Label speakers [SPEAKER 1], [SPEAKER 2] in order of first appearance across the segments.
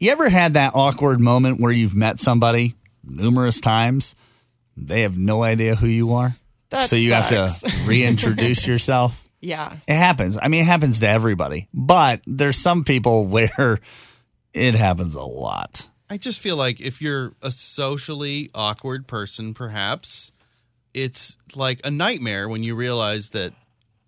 [SPEAKER 1] You ever had that awkward moment where you've met somebody numerous times? They have no idea who you are.
[SPEAKER 2] That
[SPEAKER 1] so you have
[SPEAKER 2] sucks.
[SPEAKER 1] to reintroduce yourself.
[SPEAKER 2] Yeah.
[SPEAKER 1] It happens. I mean, it happens to everybody, but there's some people where it happens a lot.
[SPEAKER 3] I just feel like if you're a socially awkward person, perhaps it's like a nightmare when you realize that,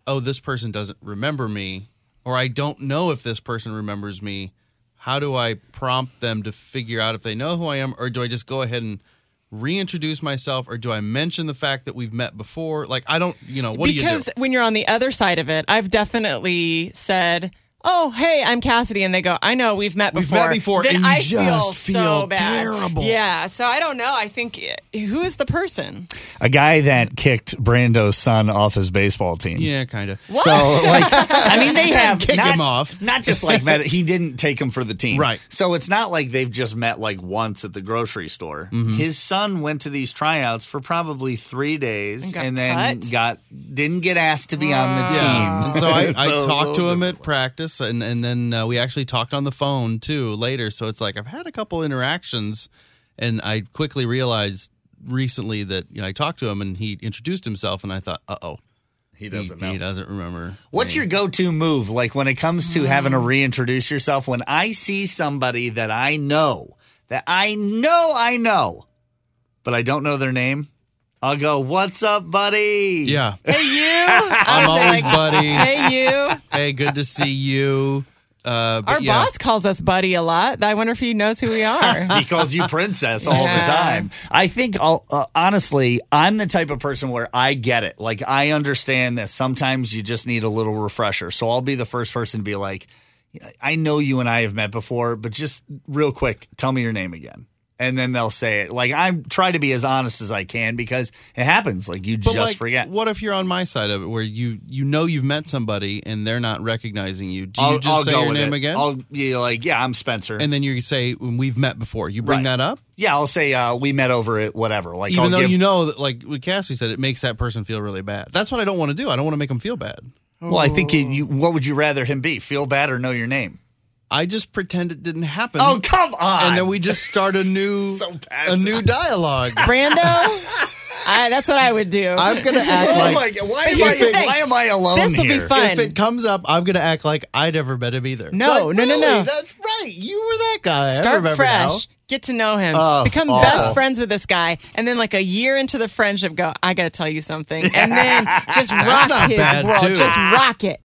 [SPEAKER 3] oh, this person doesn't remember me, or I don't know if this person remembers me. How do I prompt them to figure out if they know who I am, or do I just go ahead and reintroduce myself, or do I mention the fact that we've met before? Like, I don't, you know, what
[SPEAKER 2] because
[SPEAKER 3] do you
[SPEAKER 2] when you're on the other side of it, I've definitely said, "Oh, hey, I'm Cassidy," and they go, "I know we've met
[SPEAKER 3] We've
[SPEAKER 2] before."
[SPEAKER 3] met before,
[SPEAKER 2] Then
[SPEAKER 3] and you
[SPEAKER 2] I feel
[SPEAKER 1] just feel
[SPEAKER 2] so bad.
[SPEAKER 1] terrible.
[SPEAKER 2] Yeah, so I don't know. I think who is the person?
[SPEAKER 1] A guy that kicked Brando's son off his baseball team.
[SPEAKER 3] do? Yeah, kind of.
[SPEAKER 1] So like I mean they have
[SPEAKER 3] Kick
[SPEAKER 1] not,
[SPEAKER 3] him off.
[SPEAKER 1] Not just like met he didn't take him for the team.
[SPEAKER 3] Right.
[SPEAKER 1] So it's not like they've just met like once at the grocery store.
[SPEAKER 3] Mm-hmm.
[SPEAKER 1] His son went to these tryouts for probably three days and,
[SPEAKER 2] And got
[SPEAKER 1] then
[SPEAKER 2] cut?
[SPEAKER 1] got didn't get asked to be on the
[SPEAKER 3] Yeah.
[SPEAKER 1] team.
[SPEAKER 3] And so I, I
[SPEAKER 1] So-
[SPEAKER 3] talked to him at practice, and and then uh, we actually talked on the phone too later. So it's like I've had a couple interactions, and I quickly realized recently that you know I talked to him and he introduced himself, and I thought, uh oh,
[SPEAKER 1] He
[SPEAKER 3] he, he doesn't remember.
[SPEAKER 1] What's your go to move like when it comes to having to reintroduce yourself? When I see somebody that I know, that I know I know, but I don't know their name, I'll go, What's up, buddy?
[SPEAKER 3] Yeah,
[SPEAKER 2] Hey you, I
[SPEAKER 3] I'm
[SPEAKER 2] was
[SPEAKER 3] always
[SPEAKER 2] like,
[SPEAKER 3] buddy.
[SPEAKER 2] Hey you.
[SPEAKER 3] Hey, good to see you. Uh, but
[SPEAKER 2] Our
[SPEAKER 3] yeah.
[SPEAKER 2] boss calls us buddy a lot. I wonder if he knows who we are.
[SPEAKER 1] He calls you princess all
[SPEAKER 2] Yeah.
[SPEAKER 1] the time. I think, I'll, uh, honestly, I'm the type of person where I get it. Like, I understand that sometimes you just need a little refresher. So I'll be the first person to be like, I know you and I have met before, but just real quick, tell me your name again. And then they'll say it. Like, I try to be as honest as I can because it happens. Like, you
[SPEAKER 3] But
[SPEAKER 1] just
[SPEAKER 3] like,
[SPEAKER 1] forget.
[SPEAKER 3] What if you're on my side of it, where you you know you've met somebody and they're not recognizing you? Do you just say your
[SPEAKER 1] with
[SPEAKER 3] name
[SPEAKER 1] it.
[SPEAKER 3] again?
[SPEAKER 1] I'll be like, yeah, I'm Spencer.
[SPEAKER 3] and then you say when we've met before. You bring
[SPEAKER 1] Right.
[SPEAKER 3] that up.
[SPEAKER 1] yeah, I'll say uh, we met over at whatever. Like,
[SPEAKER 3] even
[SPEAKER 1] I'll
[SPEAKER 3] though
[SPEAKER 1] give-
[SPEAKER 3] you know that like what cassie said it makes that person feel really bad that's what i don't want to do i don't want to make them feel bad
[SPEAKER 1] Well, I think you, you, what would you rather him be? Feel bad or know your name?
[SPEAKER 3] i just pretend it didn't happen
[SPEAKER 1] Oh, come on.
[SPEAKER 3] and then we just start a new
[SPEAKER 1] So
[SPEAKER 3] a
[SPEAKER 1] passive.
[SPEAKER 3] new dialogue
[SPEAKER 2] Brando. I, that's what I would do.
[SPEAKER 3] i'm gonna act
[SPEAKER 1] Oh
[SPEAKER 3] like
[SPEAKER 1] my God, why,
[SPEAKER 2] But
[SPEAKER 1] am
[SPEAKER 2] here's the
[SPEAKER 1] I,
[SPEAKER 2] thing.
[SPEAKER 1] why am I alone
[SPEAKER 2] This will be
[SPEAKER 1] here?
[SPEAKER 2] fun.
[SPEAKER 3] if it comes up i'm gonna act like i never met him either
[SPEAKER 2] No,
[SPEAKER 3] Like,
[SPEAKER 2] no, no, no.
[SPEAKER 3] really? that's right you were that guy I
[SPEAKER 2] Start
[SPEAKER 3] remember
[SPEAKER 2] fresh.
[SPEAKER 3] now.
[SPEAKER 2] Get to know him.
[SPEAKER 1] Oh,
[SPEAKER 2] Become
[SPEAKER 1] awful.
[SPEAKER 2] best friends with this guy. And then, like a year into the friendship, go, I got to tell you something. And then just rock
[SPEAKER 3] not
[SPEAKER 2] his
[SPEAKER 3] bad,
[SPEAKER 2] world.
[SPEAKER 3] too.
[SPEAKER 2] Just rock it.